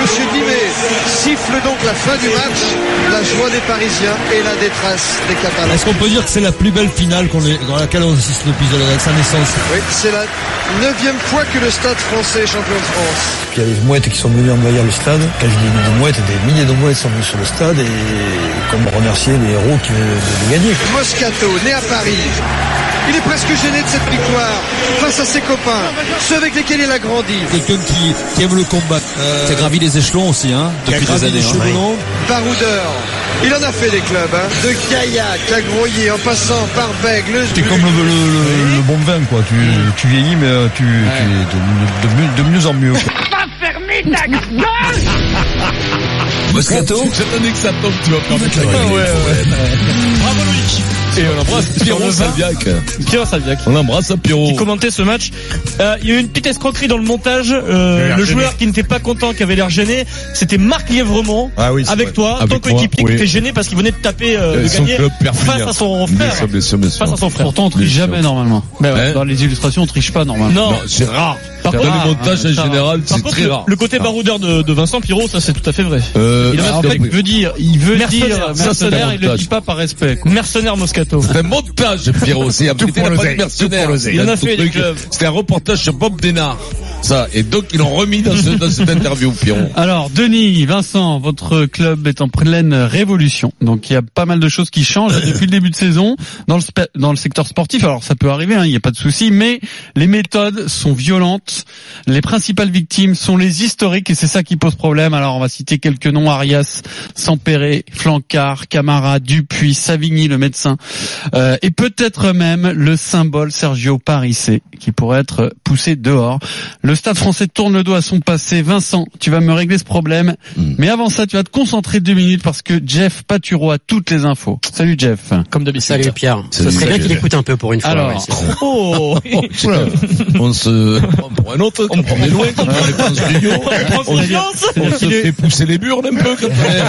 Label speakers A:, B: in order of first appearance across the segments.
A: Monsieur Dimet siffle donc la fin du match, la joie des Parisiens et la détresse des Catalans.
B: Est-ce qu'on peut dire que c'est la plus belle finale qu'on ait- dans laquelle on assiste depuis de- sa naissance
A: Oui, c'est la neuvième fois que le stade français est champion de France.
C: Puis il y a des mouettes qui sont venues envahir le stade. Quand je dis des mouettes, des milliers de mouettes sont venues sur le stade et comme remercier les héros qui venaient de, de gagner. quoi.
A: Moscato, né à Paris. Il est presque gêné de cette victoire face à ses copains, ceux avec lesquels il a grandi.
B: Quelqu'un qui, qui aime le combat. Euh,
D: Qui a gravi les échelons aussi, hein, depuis des années. hein.
A: Baroudeur. Il en a fait des clubs, hein, de Gaillac à Groyer, en passant par Bègle. le-
E: T'es comme le, le- le- le bon vin, quoi. Tu, tu vieillis, mais euh, tu, tu es de- de, mieux- de mieux en mieux. quoi.
D: Moscato
F: J'attendais que ça tombe, tu vas prendre
D: Ah ouais, ouais,
F: Et
G: euh,
F: on embrasse Pierrot Salviac.
G: Pierre Salviac.
F: euh, On l'embrasse à
G: Qui
F: Pierrot.
G: commentait ce match. Euh, il y a eu une petite escroquerie dans le montage. Euh, le joueur qui n'était pas content, qui avait l'air gêné, c'était Marc Lièvremont.
E: Ah oui, c'est
G: avec
E: vrai.
G: toi,
F: Avec
G: ton
F: moi,
G: coéquipier
F: oui.
G: qui était gêné parce qu'il venait de taper, euh,
F: Euh,
G: de
F: Son
G: gagner
F: club
G: face
F: Perpignan.
G: à son
F: Bien
G: frère.
F: sûr, bien sûr, bien sûr.
G: Face à son frère.
D: Pourtant, on triche
F: Bien sûr.
D: jamais normalement. Ben ouais,
F: Hein
D: dans les illustrations, on triche pas normalement.
G: Non.
F: Non,
E: Oh.
F: c'est rare.
G: Par
F: Dans
G: contre-
F: les montages
D: ah,
F: en
D: ça-
F: général,
G: Par
F: c'est
G: contre,
F: très
G: le,
F: rare. Ah.
G: le côté baroudeur de, de Vincent Pirot, ça c'est tout à fait vrai.
F: Euh,
G: Il a un
F: ah,
G: truc
F: oui.
D: veut dire, il veut
G: Mercenaire,
D: dire
G: ça, c'est
D: mercenaire,
F: un
D: il le dit
F: montage.
D: pas par respect. quoi.
G: Mercenaire Moscato.
F: C'est un montage, Pierrot. C'est un petit mercenaire.
G: Il en a fait des clubs.
F: C'était un reportage sur Bob Denard. Ça. Et donc, ils l'ont remis dans, ce- dans cette interview, Pierrot.
D: Alors, Denis, Vincent, votre club est en pleine révolution. Donc, il y a pas mal de choses qui changent depuis le début de saison dans le, spe- dans le secteur sportif. Alors, ça peut arriver, hein, il n'y a pas de souci, mais les méthodes sont violentes. Les principales victimes sont les historiques et c'est ça qui pose problème. Alors, on va citer quelques noms. Arias, Sampéré, Flancard, Camara, Dupuis, Savigny, le médecin, euh, et peut-être même le symbole Sergio Parissé qui pourrait être poussé dehors. Le stade français tourne le dos à son passé. Vincent, tu vas me régler ce problème.
F: Hmm.
D: Mais avant ça, tu vas te concentrer deux minutes parce que Jeff Paturo a toutes les infos. Salut Jeff.
H: Comme d'habitude. Salut Pierre. Ce
F: Salut,
H: serait bien
F: salut.
H: qu'il écoute un peu pour une fois.
D: Alors.
H: ouais, c'est vrai.
G: Oh
F: Oula. On se prend pour un autre quand on est loin, quand on est pas en studio.
G: Prends
F: On-
G: confiance
F: On se fait pousser les burnes un peu quand on est,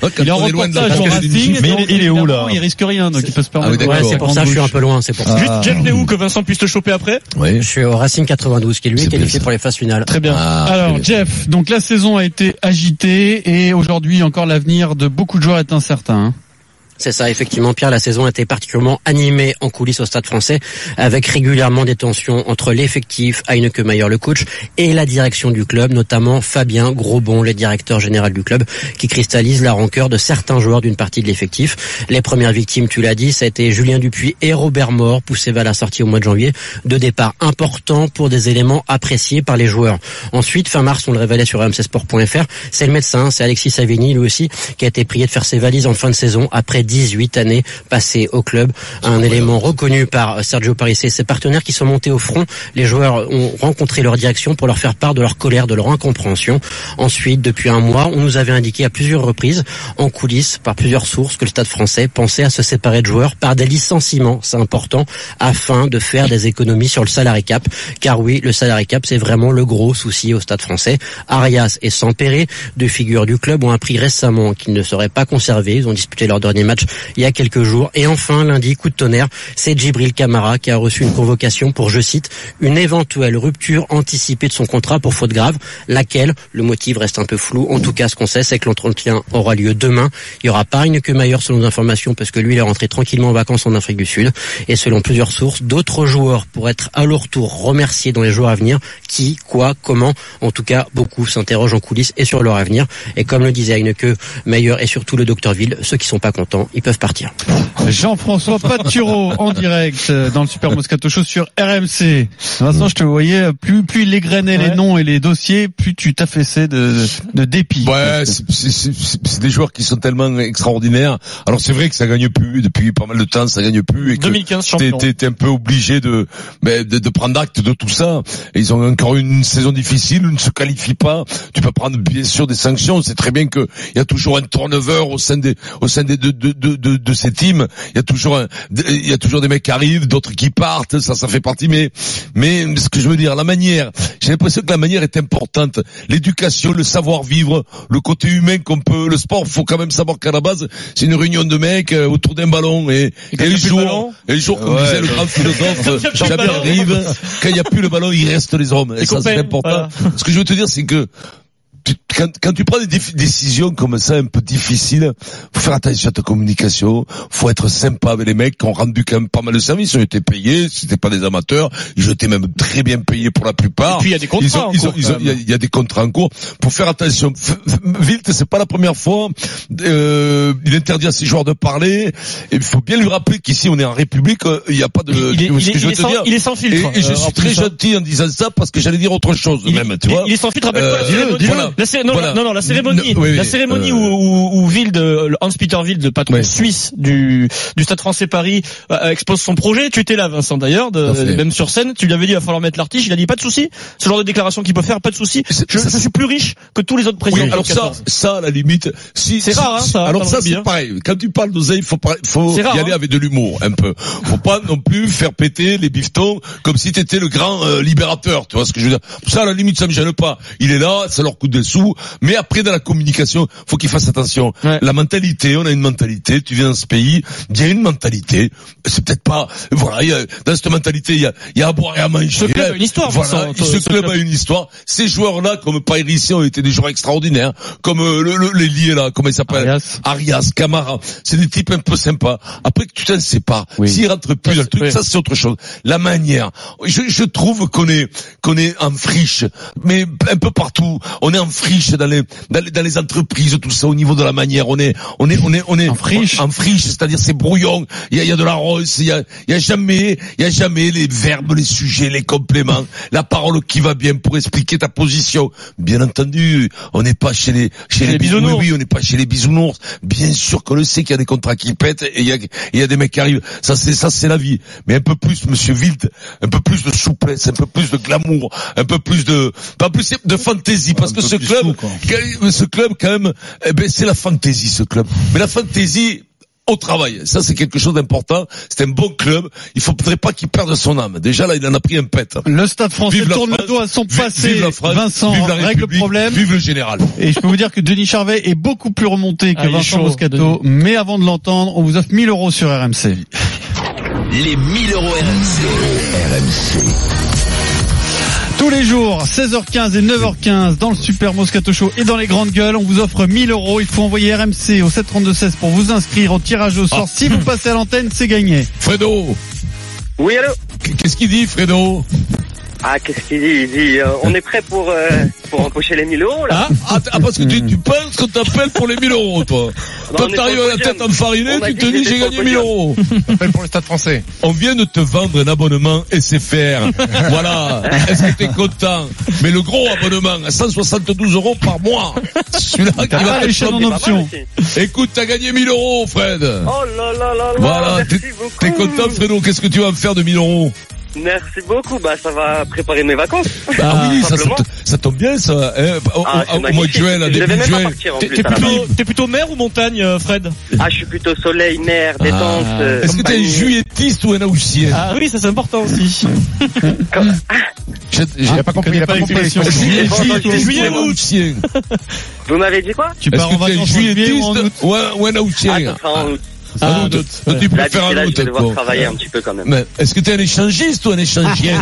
F: quand
D: Il est en
F: on est loin de la
D: reportage au
F: France.
D: Racing.
E: mais il-
D: donc,
E: il est où, là
D: évidemment, Il risque rien, donc il peut se
F: Ah oui,
D: permettre.
F: d'accord. Ah.
H: Ouais, c'est pour ça que je suis un peu loin, c'est pour ça.
G: Juste Jeff Léou que Vincent puisse te choper après.
F: Oui.
H: Je suis au Racing 92 qui lui
F: C'est
H: est
F: bien
H: qualifié
F: ça.
H: pour les phases finales.
D: Très bien.
F: Ah,
D: Alors
F: très bien.
D: Jeff, donc la saison a été agitée et aujourd'hui encore l'avenir de beaucoup de joueurs est incertain. hein.
H: C'est ça, effectivement, Pierre, la saison a été particulièrement animée en coulisses au Stade français, avec régulièrement des tensions entre l'effectif, Heineke Mayer, le coach, et la direction du club, notamment Fabien Grosbon, le directeur général du club, qui cristallise la rancœur de certains joueurs d'une partie de l'effectif. Les premières victimes, tu l'as dit, ça a été Julien Dupuis et Robert Mort, poussés vers la sortie au mois de janvier, deux départs importants pour des éléments appréciés par les joueurs. Ensuite, fin mars, on le révélait sur rmcsport.fr, c'est le médecin, c'est Alexis Savigny, lui aussi, qui a été prié de faire ses valises en fin de saison après 18 années passées au club. Un élément reconnu par Sergio Parisse et ses partenaires qui sont montés au front. Les joueurs ont rencontré leur direction pour leur faire part de leur colère, de leur incompréhension. Ensuite, depuis un mois, on nous avait indiqué à plusieurs reprises, en coulisses, par plusieurs sources, que le stade français pensait à se séparer de joueurs par des licenciements, c'est important, afin de faire des économies sur le salarié cap. Car oui, le salarié cap, c'est vraiment le gros souci au stade français. Arias et Sampéré, deux figures du club, ont appris récemment qu'ils ne seraient pas conservés. Ils ont disputé leur dernier match il y a quelques jours. Et enfin, lundi, coup de tonnerre, c'est Djibril Camara qui a reçu une convocation pour, je cite, une éventuelle rupture anticipée de son contrat pour faute grave, laquelle, le motif reste un peu flou. En tout cas, ce qu'on sait, c'est que l'entretien aura lieu demain. Il y aura pas une que Maillard selon nos informations, parce que lui, il est rentré tranquillement en vacances en Afrique du Sud. Et selon plusieurs sources, d'autres joueurs pourraient être à leur tour remerciés dans les jours à venir. Qui, quoi, comment En tout cas, beaucoup s'interrogent en coulisses et sur leur avenir. Et comme le disait Heineke, Meyer et surtout le Dr Ville, ceux qui sont pas contents, maintenant, ils peuvent partir.
D: Jean-François Paturo en direct euh, dans le Super Moscato Show sur RMC. Vincent, je te voyais, euh, plus, plus il égrenait les noms et les dossiers, plus tu t'affaissais de, de dépit.
F: Ouais, c'est- c'est c'est- c'est des joueurs qui sont tellement extraordinaires. Alors c'est vrai que ça gagne plus depuis pas mal de temps, ça gagne plus et que
G: 2015
F: t'es
G: champion.
F: t'es- t'es un peu obligé de, mais de de prendre acte de tout ça. Et ils ont encore une saison difficile, ne se qualifient pas. Tu peux prendre bien sûr des sanctions. C'est très bien que il y a toujours un turnover au sein des au sein des de de de, de- de ces teams. Il y a toujours un- il y a toujours des mecs qui arrivent, d'autres qui partent. Ça ça fait partie. Mais mais ce que je veux dire, la manière. J'ai l'impression que la manière est importante. L'éducation, le savoir-vivre, le côté humain qu'on peut. Le sport, faut quand même savoir qu'à la base, c'est une réunion de mecs euh, autour d'un ballon et et,
G: quand il y a
F: le
G: plus de
F: jour,
G: ballon
F: et le jour comme disait le grand
G: Quand il y a
F: philosophe,
G: plus de
F: jamais
G: ballon.
F: arrive. Quand il n'y a plus le ballon, il reste les hommes. Et
G: Les
F: ça, c'est
G: copains,
F: important.
G: voilà.
F: Ce que je veux te dire, c'est que tu- quand, quand tu prends des défi- décisions comme ça, un peu difficiles, faut faire attention à ta communication, faut être sympa avec les mecs qui ont rendu quand même pas mal de services, ils ont été payés, c'était pas des amateurs, ils ont été même très bien payés pour la plupart.
G: Et puis, il y a des contrats
F: Ils ont-
G: en
F: ils
G: cours,
F: ont- ils ont-
G: quand
F: Il y a- il y a des contrats en cours. Faut faire attention. F- F- Wilt, c'est pas la première fois. Euh, il interdit à ses joueurs de parler. Et il faut bien lui rappeler qu'ici, on est en République, euh, il n'y a pas de...
G: Il est-
F: tu vois ce
G: il
F: que
G: est-
F: je veux
G: il est
F: te
G: sans-
F: dire
G: il est sans filtre.
F: Et, et je
G: Euh, en
F: suis
G: plus,
F: très
G: ça.
F: gentil en disant ça parce que j'allais dire autre chose
G: Il,
F: même, tu vois.
G: il est sans filtre, rappelle-toi, la
F: Euh,
G: cérémonie.
F: dis-le, dis-le.
G: La céré- non,
F: Voilà.
G: non, non, la cérémonie,
F: Non, oui, oui,
G: la cérémonie
F: euh,
G: où, où, où Wild, euh, le Hans-Peter Wild, le patron
F: Ouais.
G: suisse du, du Stade français Paris, euh, expose son projet. Tu étais là, Vincent, d'ailleurs, de-
F: Tout à fait.
G: même sur scène. Tu lui avais dit, il va falloir mettre l'artiche. Il a dit, pas de souci. Ce genre de déclaration qu'il peut faire, pas de souci.
F: C'est-
G: Je,
F: ça,
G: je suis plus riche que tous les autres
F: Oui,
G: présidents. de
F: alors ça,
G: 14.
F: ça, à la limite, si,
G: C'est
F: si-
G: rare, hein,
F: si-
G: ça,
F: alors
G: dans
F: ça,
G: le rugby,
F: c'est
G: hein.
F: pareil. Quand tu parles d'oseille, faut, pas- faut
G: C'est
F: y
G: rare,
F: aller
G: hein.
F: avec de l'humour, un peu. Faut pas non plus faire péter les biftons comme si t'étais le grand euh, libérateur, tu vois ce que je veux dire. Ça, à la limite, ça me gêne pas. Il est là, ça leur coûte des sous, mais après, dans la communication, faut qu'ils fassent attention.
G: Ouais.
F: La mentalité, on a une mentalité, tu viens dans ce pays, il y a une mentalité, c'est peut-être pas, voilà, il y a- dans cette mentalité, il y a, il y a à boire et à manger.
G: Ce club a une histoire,
F: voilà,
G: Vincent,
F: ce
G: ce
F: club
G: club.
F: a une histoire. Ces joueurs-là, comme Pairissien, ont été des joueurs extraordinaires, comme euh, le, le- les liés là, comment ils s'appellent
D: Arias.
F: Arias, Camara, c'est des types un peu sympas. Après que tu t'en sépares, s'ils rentrent plus dans le truc,
G: oui.
F: ça c'est autre chose. La manière, je, je trouve qu'on est qu'on est en friche, mais un peu partout, on est en friche dans les dans les, dans les entreprises, tout ça au niveau de la manière, on est on est on est on est
D: En friche.
F: en friche, c'est-à-dire c'est brouillon. Il y a, il y a de la rose, il y a, il y a jamais, il y a jamais les verbes, les sujets, les compléments, la parole qui va bien pour expliquer ta position. Bien entendu, on n'est pas chez les chez les, bisounours. Oui, oui, on n'est pas chez les bisounours. Bien sûr qu'on le sait qu'il y a des contrats qui pètent et il y a, il y a des mecs qui arrivent. Ça c'est ça c'est la vie. Mais un peu plus, Monsieur Wild, un peu plus de souplesse, un peu plus de glamour, un peu plus de, pas plus de fantaisie, parce que ce club, que- ce club quand même, eh ben c'est la fantaisie ce club. Mais la fantaisie au travail. Ça, c'est quelque chose d'important. C'est un bon club. Il faudrait pas qu'il perde son âme. Déjà, là, il en a pris un pet.
D: Le Stade français
F: Vive la
D: tourne le
F: France.
D: dos à son
F: Vive-
D: passé.
F: vive la France,
D: Vincent
F: vive la
D: règle le
F: République,
D: problème.
F: Vive le général.
D: Et je peux vous dire que Denis Charvet est beaucoup plus remonté que
G: Ah, il est
D: Vincent
G: chaud,
D: Moscato. Mais avant de l'entendre, on vous offre 1000 euros sur RMC.
I: Les 1000 euros RMC.
D: Tous les jours, 16h15 et 9h15, dans le Super Moscato Show et dans les grandes gueules, on vous offre 1000 euros. Il faut envoyer RMC au 732-16 pour vous inscrire au tirage au sort. Si vous passez à l'antenne, c'est gagné.
F: Fredo.
J: Oui, allô
F: Qu'est-ce qu'il dit, Fredo?
J: Ah, qu'est-ce qu'il dit Il dit, euh, on est prêt pour, euh, pour empocher les 1000 euros, là
F: Hein ah, t- ah, parce que tu, tu penses qu'on t'appelle pour les 1000 euros, toi.
J: Non,
F: Quand
J: on est
F: t'arrives
J: sur le
F: à la tête
J: podium.
F: enfarinée,
J: On m'a
F: tu
J: dit
F: te
J: que
F: dis,
J: j'étais
F: j'ai
J: sur
F: gagné
J: le
F: 1000
J: podium.
F: euros.
E: pour le stade français.
F: On vient de te vendre un abonnement SFR. Voilà. Est-ce que t'es content? Mais le gros abonnement à 172 euros par mois. Celui-là qui
D: T'as
F: va
D: pas les
F: te
D: chaînes en
F: tomber.
D: option.
J: monsieur.
F: Écoute, t'as gagné 1000 euros, Fred.
J: Oh là là là là
F: Voilà,
J: Merci
F: t'es
J: beaucoup
F: t'es content Fredo, qu'est-ce que tu vas me faire de 1000 euros
J: Merci beaucoup, bah ça va préparer mes vacances.
F: Ah oui, ça, ça,
J: simplement.
F: t- ça tombe bien ça, hein, au- au-
J: Ah, c'est
F: au, mois de
J: magnifique.
F: juin, là,
J: Je
F: début
J: devais même pas
F: juin.
J: partir en
F: T'es-
J: plus,
F: t'es
J: à la
F: plutôt-
G: Plutôt- T'es plutôt mer ou montagne, euh, Fred
J: Ah, je suis plutôt soleil, mer, détente. euh,
F: Ah, Est-ce que t'es un
J: compagnie.
F: juilletiste ou un haussier
G: Ah oui, ça c'est important aussi.
F: J'ai j'ai pas compris,
D: Hein, pas l'expression.
F: Ah,
J: Juillet,
F: Juilletiste
G: juillet,
F: ou un
G: août.
F: haussien
J: Vous m'avez dit quoi
D: Tu
F: Est-ce
D: pars en
J: Bah,
F: que t'es un
D: vacances en juillet ou en août
F: juilletiste ou un ou un
J: Ah,
F: haussien
J: ça sera en août.
F: Un autre. Toi, tu
J: Là,
F: préfères
J: d'ici
F: un
J: là, je
F: autre,
J: vais devoir
F: quoi.
J: travailler un petit peu quand même.
F: Mais est-ce que t'es un échangiste ou un échangien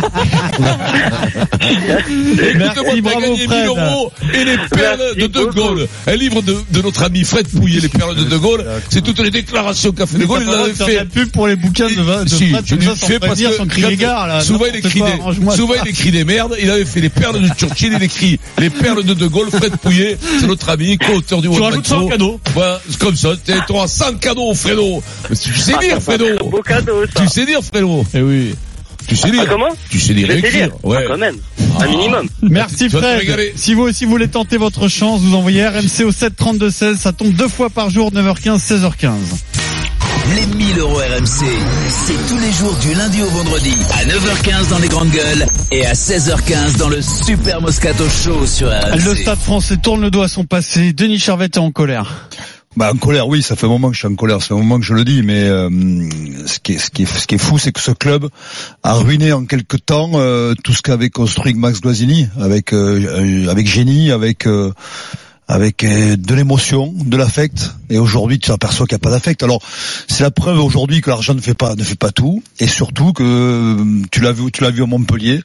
F: Écoute-moi, t'as gagné 1000 euros et les perles de De Gaulle. Un livre de, de notre ami Fred Pouillet, les perles de De Gaulle. C'est toutes les déclarations qu'a fait De Gaulle.
D: T'as
F: Il
D: pas le droit
F: l'avait
D: de faire de
F: fait.
D: la pub pour les bouquins de, de
F: Si,
D: Fred,
F: je
D: comme
F: lui
D: ça, sans
F: fais parce
D: prévenir,
F: que
D: sans crier
F: quand-
D: gare, là.
F: souvent il
D: N'importe
F: écrit
D: quoi,
F: des,
D: arrange-moi
F: souvent
D: ça.
F: il écrit des merdes. Il avait fait les perles de Churchill, il écrit les perles de De Gaulle. Fred Pouillet, c'est notre ami, co-auteur du
G: Tu
F: World
G: rajoutes
F: Metro.
G: 100 cadeaux.
F: Voilà, c'est comme ça. T'es- T'auras 100 cadeaux, Fredo. Mais tu sais
J: Ah, ça,
F: dire,
J: c'est un
F: Fredo.
J: beau cadeau, ça.
F: Tu sais dire, Fredo. Eh oui. Tu sais lire.
J: Ah, comment
F: Tu sais lire
J: Je
F: et
J: sais
F: écrire.
J: lire. Ah,
F: Ouais.
J: quand même. Un minimum.
D: Merci
F: Tu vas te
D: Fred.
F: régaler.
D: Si vous aussi voulez tenter votre chance, vous envoyez RMC au 7 32 16. Ça tombe deux fois par jour, 9h15, 16h15.
I: Les 1000 euros RMC, c'est tous les jours du lundi au vendredi à 9h15 dans les grandes gueules et à 16h15 dans le Super Moscato Show sur RMC.
D: Le Stade français tourne le dos à son passé. Denis Charvet est en colère.
E: Bah en colère, oui, ça fait un moment que je suis en colère, ça fait un moment que je le dis, mais euh, ce, qui est, ce, qui est, ce qui est fou, c'est que ce club a ruiné en quelque temps euh, tout ce qu'avait construit Max Guazzini, avec euh, euh, avec génie, avec euh, avec euh, de l'émotion, de l'affect, et aujourd'hui tu t'aperçois qu'il n'y a pas d'affect. Alors c'est la preuve aujourd'hui que l'argent ne fait pas ne fait pas tout, et surtout que euh, tu l'as vu tu l'as vu à Montpellier,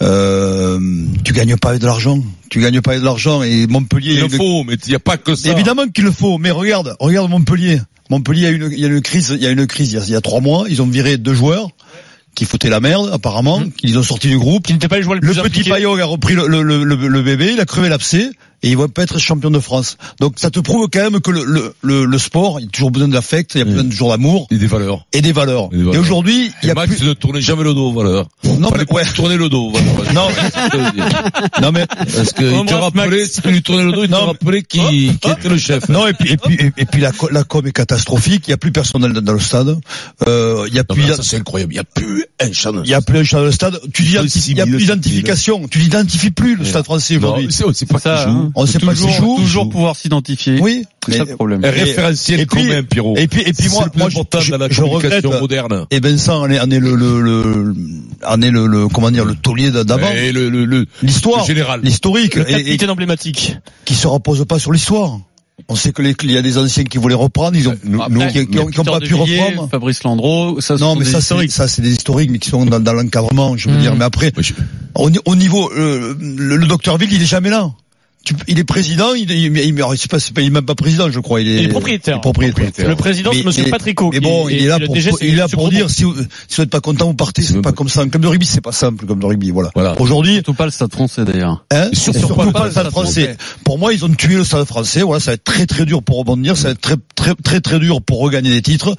E: euh, tu gagnes pas avec de l'argent, tu gagnes pas avec de l'argent, et Montpellier
F: Il
E: a
F: le
E: une-
F: faut, mais il n'y a pas que ça.
E: Évidemment qu'il le faut, mais regarde, regarde Montpellier. Montpellier a une, il y a une crise, il y a une crise. Il y a, il y a trois mois, ils ont viré deux joueurs qui foutaient la merde, apparemment. Ils ont sorti du groupe.
G: Qui n'étaient pas les joueurs les
E: Le
G: plus
E: petit
G: impliqués.
E: Payog a repris le, le- le- le- le bébé, il a crevé l'abcès et il va pas être champion de France. Donc ça te prouve quand même que le, le- le- le sport, il y a toujours besoin d'affect, il y a besoin toujours d'amour
F: Et des valeurs.
E: et des valeurs.
F: Et des valeurs.
E: Et aujourd'hui, il y
F: Le
E: a
F: Max
E: plus...
F: ne tournait jamais le dos, voilà.
E: Non,
F: Fallait
E: mais-
F: pas
E: ouais.
F: lui tourner le dos, voilà.
E: Non, non mais
F: Parce que il te
G: Embrasse Max.
F: rappelait, si tu lui tournais le dos, il te
E: Non, mais-
F: rappelait qui, qui était le chef.
E: Non et puis et puis et, et puis la co- la com est catastrophique. Il y a plus personnel dans dans le stade. Euh, Il y a
F: Non,
E: plus.
F: mais là, ça, c'est incroyable. Il n'y a plus un chat dans le
E: Il y a plus un chat dans le stade. Tu dis,
F: Aussi
E: il y a
F: mille,
E: plus
F: aussi
E: d'identification. Tu l'identifies plus le stade français
F: Non,
E: aujourd'hui.
F: c'est c'est pas
D: Ça,
F: qui joue.
D: hein.
E: On sait pas qui joue.
D: toujours, toujours pouvoir s'identifier.
E: Oui. euh,
D: C'est ça le problème.
F: Un référentiel
E: et puis-
F: commun, Pierrot.
E: Et puis et puis
F: C'est
E: moi,
F: le plus
E: moi
F: important
E: je,
F: dans la
E: je regrette.
F: communication moderne.
E: Et Vincent, on est, on est le, le, le, on est le, le- comment dire, le taulier d'a- d'avant.
F: Et le, le, le,
E: L'histoire,
F: le général.
E: l'historique,
G: Le
E: et, et
G: capitaine emblématique.
E: qui se repose pas sur l'histoire. On sait que les, il y a des anciens qui voulaient reprendre, ils ont,
F: nous-
E: qui, qui ont, qui ont pas pu
D: Victor Devilliers,
E: reprendre.
D: Fabrice Landreau, ça, ce
E: Non,
D: sont
E: mais
D: des
E: ça, c'est,
D: historiques.
E: ça, c'est des historiques, mais qui sont dans, dans l'encadrement, je veux
G: Hmm.
E: dire. Mais après,
F: Moi, je-
E: Au, ni- au niveau, euh, le, le docteur Ville, il est jamais là. Tu- il est président, il, est- il, il- il- c'est pas, c'est pas- il est même pas président, je crois. Il est,
G: Il est proprietaire.
E: il est propriétaire.
G: Le président, c'est
E: Mais-
G: monsieur
E: mais-
G: Patrico.
E: Mais
G: qui
E: bon,
G: est-
E: il est là
G: le
E: pour,
G: DG, c'est
E: il est là
G: ce
E: pour
G: groupe.
E: dire si vous, si vous n'êtes pas content, vous partez. C'est pas comme ça. Un club de rugby, c'est pas simple comme de rugby. Voilà.
F: Voilà.
E: Aujourd'hui,
D: Surtout pas le Stade français d'ailleurs.
E: hein,
F: Et surtout
E: surtout
F: pas
E: pas,
F: le
E: le stade français. Pour moi, ils ont tué le stade français. Voilà, ça va être très très dur pour rebondir. Ça va être très très très très dur pour regagner des titres.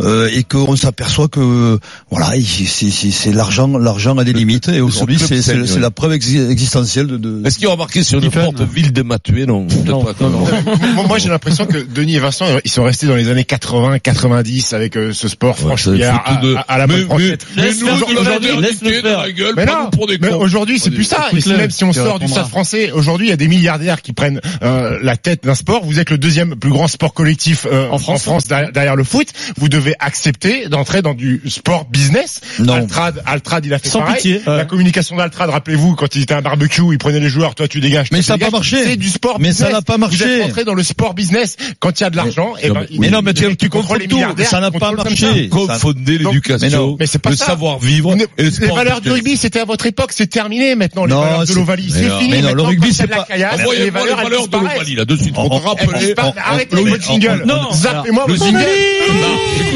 E: Euh, et qu'on s'aperçoit que voilà, il- c'est c'est- c'est l'argent, l'argent a des limites. Et aujourd'hui,
F: club
E: c'est c'est
F: saigne,
E: le-
F: ouais.
E: c'est la preuve exi- existentielle de. de-
F: Est-ce qu'il y aura marqué sur une
D: Stephen.
F: porte ville de Matué? Non.
G: Non,
F: peut-être pas,
G: non,
F: quand même.
K: moi, moi, j'ai l'impression que Denis et Vincent, ils sont restés dans les années 80, 90 avec euh, ce sport franchouillard
F: c'est tout de-
K: à, à- à la
F: Mais-
K: bonne française.
F: mais
G: Laisse
F: nous,
G: faire ce qu'il
F: aujourd'hui,
G: veut,
F: on
G: laisse
F: est
G: le
F: dans
G: faire.
F: la gueule,
K: Mais
F: pas
K: non,
F: nous pour des
K: mais
F: cons.
K: aujourd'hui c'est
F: Vas-y,
K: plus ça. Et
D: écoute-le,
K: si- même si on
D: tu
K: sort du
D: répondras.
K: stade français, aujourd'hui il y a des milliardaires qui prennent euh, la tête d'un sport. Vous êtes le deuxième plus grand sport collectif euh, en France, derrière, derrière le foot. Vous devez accepter d'entrer dans du sport business.
E: Non.
K: Altrad, Altrad, il a fait
G: Sans
K: pareil.
G: pitié, ouais.
K: La communication d'Altrad, rappelez-vous, quand il était à un barbecue, il prenait les joueurs, toi tu dégages.
E: Mais
K: toi,
E: ça
K: tu
E: a pas
K: dégages.
E: marché.
K: C'est du sport
E: Mais ça
K: business.
E: n'a pas marché.
K: Vous êtes rentré dans le sport business quand il y a de l'argent. eh
F: non,
K: ben,
F: mais-
K: il-
E: Mais non, mais
K: il-
E: tu,
K: il-
E: tu
K: il contrôle
E: contrôles
K: les
E: tout.
K: milliardaires,
E: Ça n'a pas
K: contrôle comme
E: marché. Ça-
F: Confondez
K: Donc, mais
F: l'éducation,
K: non, mais c'est pas
F: le
K: ça.
F: savoir-vivre
K: Ne-
F: et le sport.
K: les valeurs du rugby, c'était à votre époque, c'est terminé maintenant, les
E: Non,
K: valeurs de
E: c'est-
K: l'Ovalie.
F: Mais
K: C'est
F: non.
K: fini.
E: Mais non,
K: maintenant,
E: le rugby,
K: quand il y
E: c'est
K: a de la
E: pas-
K: caillasse, les
F: Envoyez-moi Ah, les
K: valeurs, elles
F: valeurs de
K: disparaissent.
F: l'Ovalie, là, de suite.
E: On- on-
F: On rappelait.
K: Pas-
E: on-
K: Arrêtez
E: on-
K: votre jingle.
E: on- on-
G: Non.
K: Zappez-moi
F: Le
K: votre
F: single.
K: jingle.
F: Non,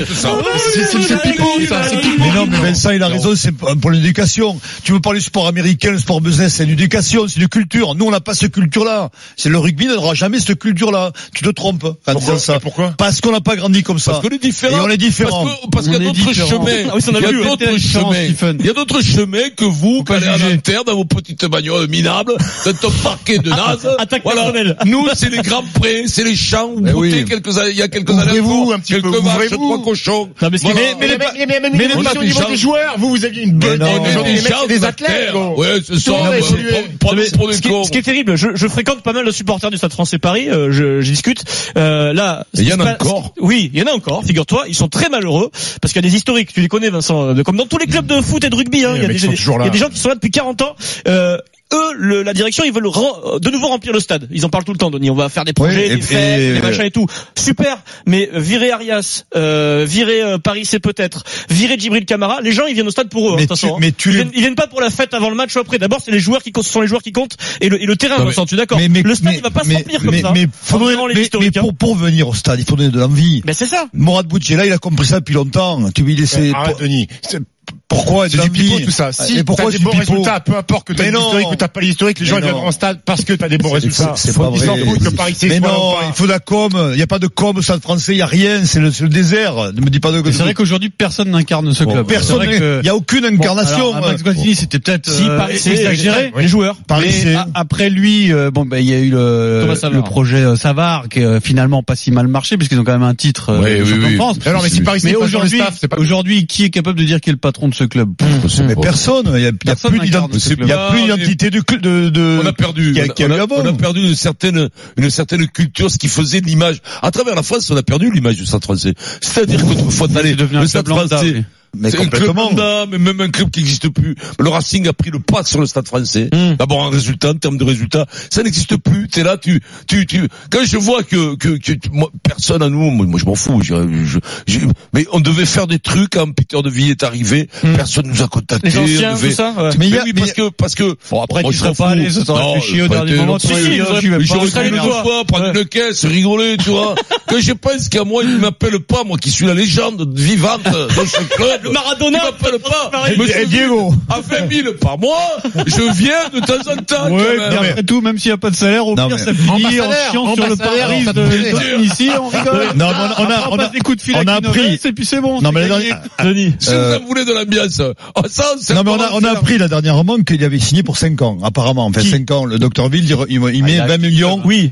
F: écoute
D: Ah
F: ça.
K: C'est c'est- c'est Pipo, ça. C'est Pipo.
E: Mais non, mais Vincent, il a raison, c'est pour l'éducation. Tu veux parler du sport américain, le sport business, c'est l'éducation, c'est une culture. Nous, on n'a pas cette culture-là. C'est le rugby n'aura jamais cette culture-là. Tu te trompes en disant ça.
K: Et pourquoi
E: Parce qu'on n'a pas grandi comme ça.
F: Parce qu'on est différent.
E: Et on est différent.
F: Parce que- Parce qu'il
D: On
F: y a
D: est
F: d'autres
D: différent.
F: chemins.
D: Ah oui, ça, on a
F: Il y a
D: vu,
F: d'autres
D: c'était différent,
F: chemins.
D: Stephen.
F: Il y a d'autres chemins que vous, qui allez à l'enterre dans vos petites bagnoles minables, dans ton parquet de naze.
G: attaque
F: Voilà.
G: personnelle.
F: Nous, c'est les grands prés, c'est les champs où brouter quelques années, il y a quelques années.
K: Ouvrez-vous
F: encore,
K: un petit peu,
F: Quelques vaches,
K: ouvrez-vous.
F: trois cochons.
G: Non, mais ce qui-
F: Voilà.
K: Mais les- mais les- mais les-
F: Mais les
K: mais
F: pattes,
K: au
F: les
K: niveau
F: gens-
K: des joueurs, vous, vous aviez une
E: Mais
K: bonne.
E: non.
K: Non,
F: On est
K: les
F: des
K: mecs,
F: gens
K: c'est des athlètes. gros.
F: Ouais, c'est ça.
K: Tout le monde
F: ouais,
K: est
F: prends-
K: évolué.
F: prends- Prends
G: ce,
F: des
G: qui,
F: cons.
G: ce qui est terrible, je, je fréquente pas mal de supporters du Stade Français Paris, euh, je, je discute. Euh, là,
F: Mais il y en
G: c'est
F: a
G: pas-
F: encore.
G: Oui, il y en a encore. Figure-toi, ils sont très malheureux parce qu'il y a des historiques. Tu les connais, Vincent. de- Comme dans tous les clubs de foot et de rugby, hein,
K: Les
G: il y a
K: mecs
G: des
K: sont toujours
G: il y
K: là.
G: a des gens qui sont là depuis 40 ans. Euh,
E: eux, le- la direction, ils veulent re- de nouveau remplir le stade. Ils en parlent tout le temps, Denis. On va faire des projets,
I: et- euh,
E: des fêtes,
I: et-
E: des machins et tout. Super. Mais virer Arias, euh, virer euh, Paris, c'est peut-être. Virer Djibril Camara. Les gens, ils viennent au stade pour eux. hein, de toute façon, hein. ils, viennent, ils viennent pas pour la fête avant le match ou après. D'abord, c'est les joueurs qui comptent, ce sont les joueurs qui comptent et le, et le terrain.
I: Non, mais-
E: Vincent, tu es d'accord
I: mais- mais-
E: Le stade,
I: mais-
E: il va pas se
I: mais-
E: remplir comme
I: mais-
E: ça.
I: mais faudrait-
E: Vraiment, les
I: mais-
E: historiques,
I: mais
E: hein.
I: pour, pour venir au stade, il faut donner de l'envie.
E: Ben, c'est ça.
I: Mourad Boudjela, il a compris ça depuis longtemps. Tu lui laisses.
L: Arrête, Denis. C'est-
I: Pourquoi
L: C'est
I: de
L: du
I: l'envie
L: pipeau tout ça. Si
I: Et
L: t'as
I: pourquoi
L: des
I: du
L: bons
I: pipeau
L: résultats, peu importe que t'as
I: Mais non.
L: l'historique ou t'as pas l'historique, les gens
I: Mais
L: ils viendront
I: non.
L: en stade parce que t'as des bons
I: C'est-
L: résultats.
I: C'est c'est pas
L: Ils
I: vrai.
L: s'en foutent que Paris
I: Mais
L: s'est
I: non, il faut de la com. Il n'y a pas de com, stade français, il n'y a rien. C'est le, c'est le désert. Ne me dis pas de
D: Mais C'est vrai qu'aujourd'hui personne n'incarne ce
I: Bon,
D: club.
I: personne
D: C'est vrai
I: n'est-
D: que-
I: il y a aucune
D: Bon,
I: incarnation.
D: alors, à Max Guazzini,
I: Bon.
D: c'était peut-être
I: Si,
D: euh,
I: Paris, c'est-
D: exagéré.
I: oui. Paris,
D: Mais
I: c'est-
D: a- après lui, euh, bon ben il y a eu le,
E: Thomas Savard.
D: le projet euh, Savard qui euh, finalement pas si mal marché puisqu'ils ont quand même un titre euh,
F: Oui,
D: de
F: oui,
D: champion de
F: oui.
E: Ah
D: France.
L: Alors, mais si Paris, c'est pas sur le
D: aujourd'hui,
L: staff, c'est pas-
D: aujourd'hui, qui est capable de dire qui est le patron de ce club
F: Oh,
D: Pff,
I: Mais personne, il n'y a, il y a
D: Personne
I: plus
D: n'incarne ce
I: d'identité.
D: club.
I: Il y a plus
F: Non, mais-
I: d'identité de, cl- de, de-
F: on a perdu,
I: qu'il y a-
F: on a-
I: qu'il y a
F: on
I: eu
F: a-
I: avant.
F: on a perdu une certaine, une certaine culture, ce qui faisait de l'image. À travers la France, on a perdu l'image du Stade français. C'est-à-dire qu'autrefois, t'allais,
D: devenu un
F: le Stade
D: club lambda,
F: français,
D: oui.
I: Mais
F: c'est un club
I: complètement.
F: lambda, mais même un club qui n'existe plus. Le Racing a pris le pas sur le Stade français.
E: Hmm.
F: D'abord en résultat, en termes de résultats, ça n'existe plus. T'es là, tu, tu, tu. Quand je vois que, que, que tu- moi, personne à nous, moi, moi, je m'en fous. Je, je- je- mais on devait faire des trucs. Quand Peter de Ville est arrivé, personne nous a contacté.
E: Hmm. Les anciens,
F: on devait-
E: tout ça, ouais.
F: Mais,
I: il y a-
F: oui,
I: mais-
F: parce que, parce que. Bon,
D: après,
F: moi,
D: tu
F: je
D: serais
F: m'en
D: pas
F: fous.
D: allé, ça t'aurait
F: Non,
D: fait chier au
F: j'aurais
D: dernier
F: été-
D: moment,
F: Si,
D: tu
F: si,
D: aurais dit,
F: j'aurais-
D: tu vas pas,
F: j'aurais
D: c'est
F: pris le
D: merde.
F: doigt, prendre une caisse, rigoler, tu vois. Que je pense qu'à moi, il m'appelle pas, moi qui suis la légende vivante de ce club.
E: Le Maradona,
F: Il m'appelle pas.
E: Pareil.
F: Monsieur
I: Et Diego.
F: à 20 000 par mois, je viens de temps en temps.
D: Ouais,
F: quand
D: puis
F: même.
D: après tout, même s'il n'y a pas de salaire, au
I: Non,
D: pire,
I: mais-
D: ça finit en
L: Ambassadeur,
D: chiant sur le
L: ambassadeur,
D: pari
L: ça
D: de,
F: Euh,
L: te plaît.
D: de- ici, on rigole.
I: Non, mais on a- on a-
D: Après,
I: on a-
D: passe des coups de fil
I: on
D: avec
I: a
D: une
I: appris.
D: oreille, et puis c'est bon.
I: Non,
D: c'est
I: mais la
D: gagné.
I: dernière-
D: Denis.
F: Si
I: Euh,
F: vous voulez de l'ambiance, oh, ça,
D: Ah,
F: c'est
I: Non mais on a, on a
F: vraiment-
I: appris la dernièrement qu'il avait signé pour 5 ans apparemment enfin
D: Qui Ah,
I: 5 ans le docteur Ville il, il met
D: il a-
I: 20 millions
D: Oui.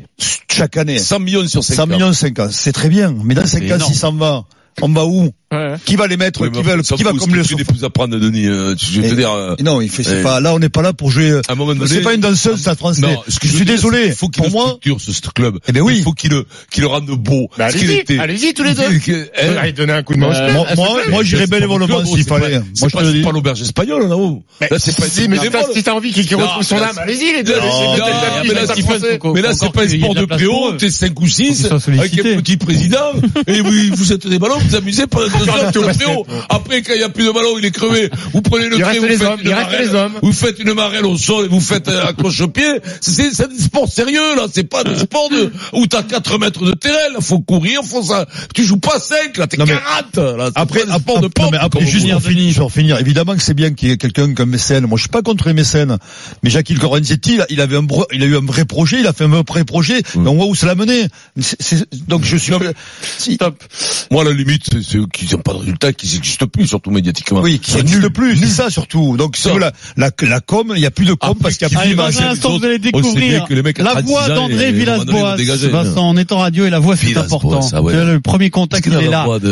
I: chaque année
F: 100 millions sur 5
I: 100 millions 5 ans c'est très bien mais dans 5 ans
D: énorme.
I: s'il s'en va on va où qui va les mettre qui va le- qui va comme le
F: Tu n'es plus à prendre, Denis. euh, Je veux
I: Et-
F: te dire, euh,
I: non il fait c'est
F: Eh.
I: pas là on n'est pas là pour jouer euh,
F: à un moment donné.
I: c'est pas une danseuse ça français
F: Non, ce que
I: je
F: veux
I: suis
F: dire, c'est
I: désolé
F: qu'il faut qu'il
I: pour
F: le
I: moi
F: structure ce, ce club.
I: Eh ben oui.
F: Il faut qu'il le, qu'il le rende beau.
L: Bah,
F: Ce qu'il
L: allez-y,
F: était.
L: allez-y tous les deux.
F: Que- eh,
L: Allez donner un coup de main. au
I: Euh,
L: stade,
I: moi-
L: à ce
I: moi-
L: club.
I: moi, j'irais
F: c'est
I: bien
F: pas
I: les voir
F: mon
I: le
F: club,
I: vent
F: gros,
I: s'il
F: c'est pas-
I: fallait. hein.
F: c'est
I: Moi, je
F: pas-
I: te le
F: C'est
I: dis.
F: pas l'auberge espagnole, là-haut.
L: Mais
F: Là, c'est pas
L: si, mais
F: c'est
L: t'as-
F: pas-
L: si t'as envie qu'il qu'il
F: Non,
L: retrouve son
F: là,
L: âme, allez-y les deux.
F: Non,
L: laissez-les
F: non,
L: mettre la
F: mais
L: fille,
F: là,
L: la
F: c'est
L: française.
F: pas- Mais là, c'est pas un sport de préau, t'es 5 ou 6,
D: Faut qu'ils soient
F: avec un
D: sollicités.
F: petit président, et oui, vous êtes des ballons, vous amusez pendant deux heures
L: arrêter
F: de
L: au basket,
F: préau.
L: ouais.
F: Après, quand il n'y a plus de ballon, il est crevé. Vous prenez
L: Il
F: le pied,
L: reste
F: vous
L: les
F: faites
L: hommes,
F: une
L: il reste
F: marelle,
L: les hommes.
F: vous faites une marelle au sol et vous faites euh, un accroche-pied. C'est, c'est un sport sérieux, là. C'est pas un sport de, où t'as 4 mètres de terrain, là. Faut courir, faut ça. Tu joues pas 5, là. T'es
I: Non, mais-
F: 40, là. C'est
I: Après,
F: pas un
I: après,
F: sport de
I: non,
F: pompe.
I: mais après
F: comme
I: juste
F: on
I: pour
F: dit.
I: finir, pour finir, évidemment que c'est bien qu'il y ait quelqu'un comme mécène. Moi, je suis pas contre les mécènes, mais Jacques Lorenzetti, il, il avait un, bro- il a eu un vrai projet, il a fait un vrai projet.
F: Mm.
I: et on voit où ça l'a mené. C'est- c'est- donc je suis. Si-
F: Moi, à la limite, c'est ceux qui n'ont pas de résultats, qui n'existent plus, surtout médiatiquement.
I: oui, qui
F: C'est
I: n'existe
F: nul. Ah,
I: plus. C'est ça surtout. Donc si
F: Ça.
I: vous voulez, la, la, la com, il n'y a plus de com
F: Après,
I: parce qu'il n'y a plus
D: Allez,
F: Allez,
D: dans
I: d'image.
D: un instant, vous allez
F: On sait Oh, bien
D: découvrir
F: que les mecs à
D: la
F: 36
D: voix
I: hein,
F: ans, ils-
D: d'André
F: ils vont
D: Villas-Boas.
F: dégager, hein.
D: Vincent, on est en radio et la voix, c'est
F: Villas-Boas,
D: important.
F: ah ouais.
D: Tu vois, Le premier contact,
F: Qu'est-ce qu'il
D: il
F: a
D: est
F: la
D: là.
F: voix de-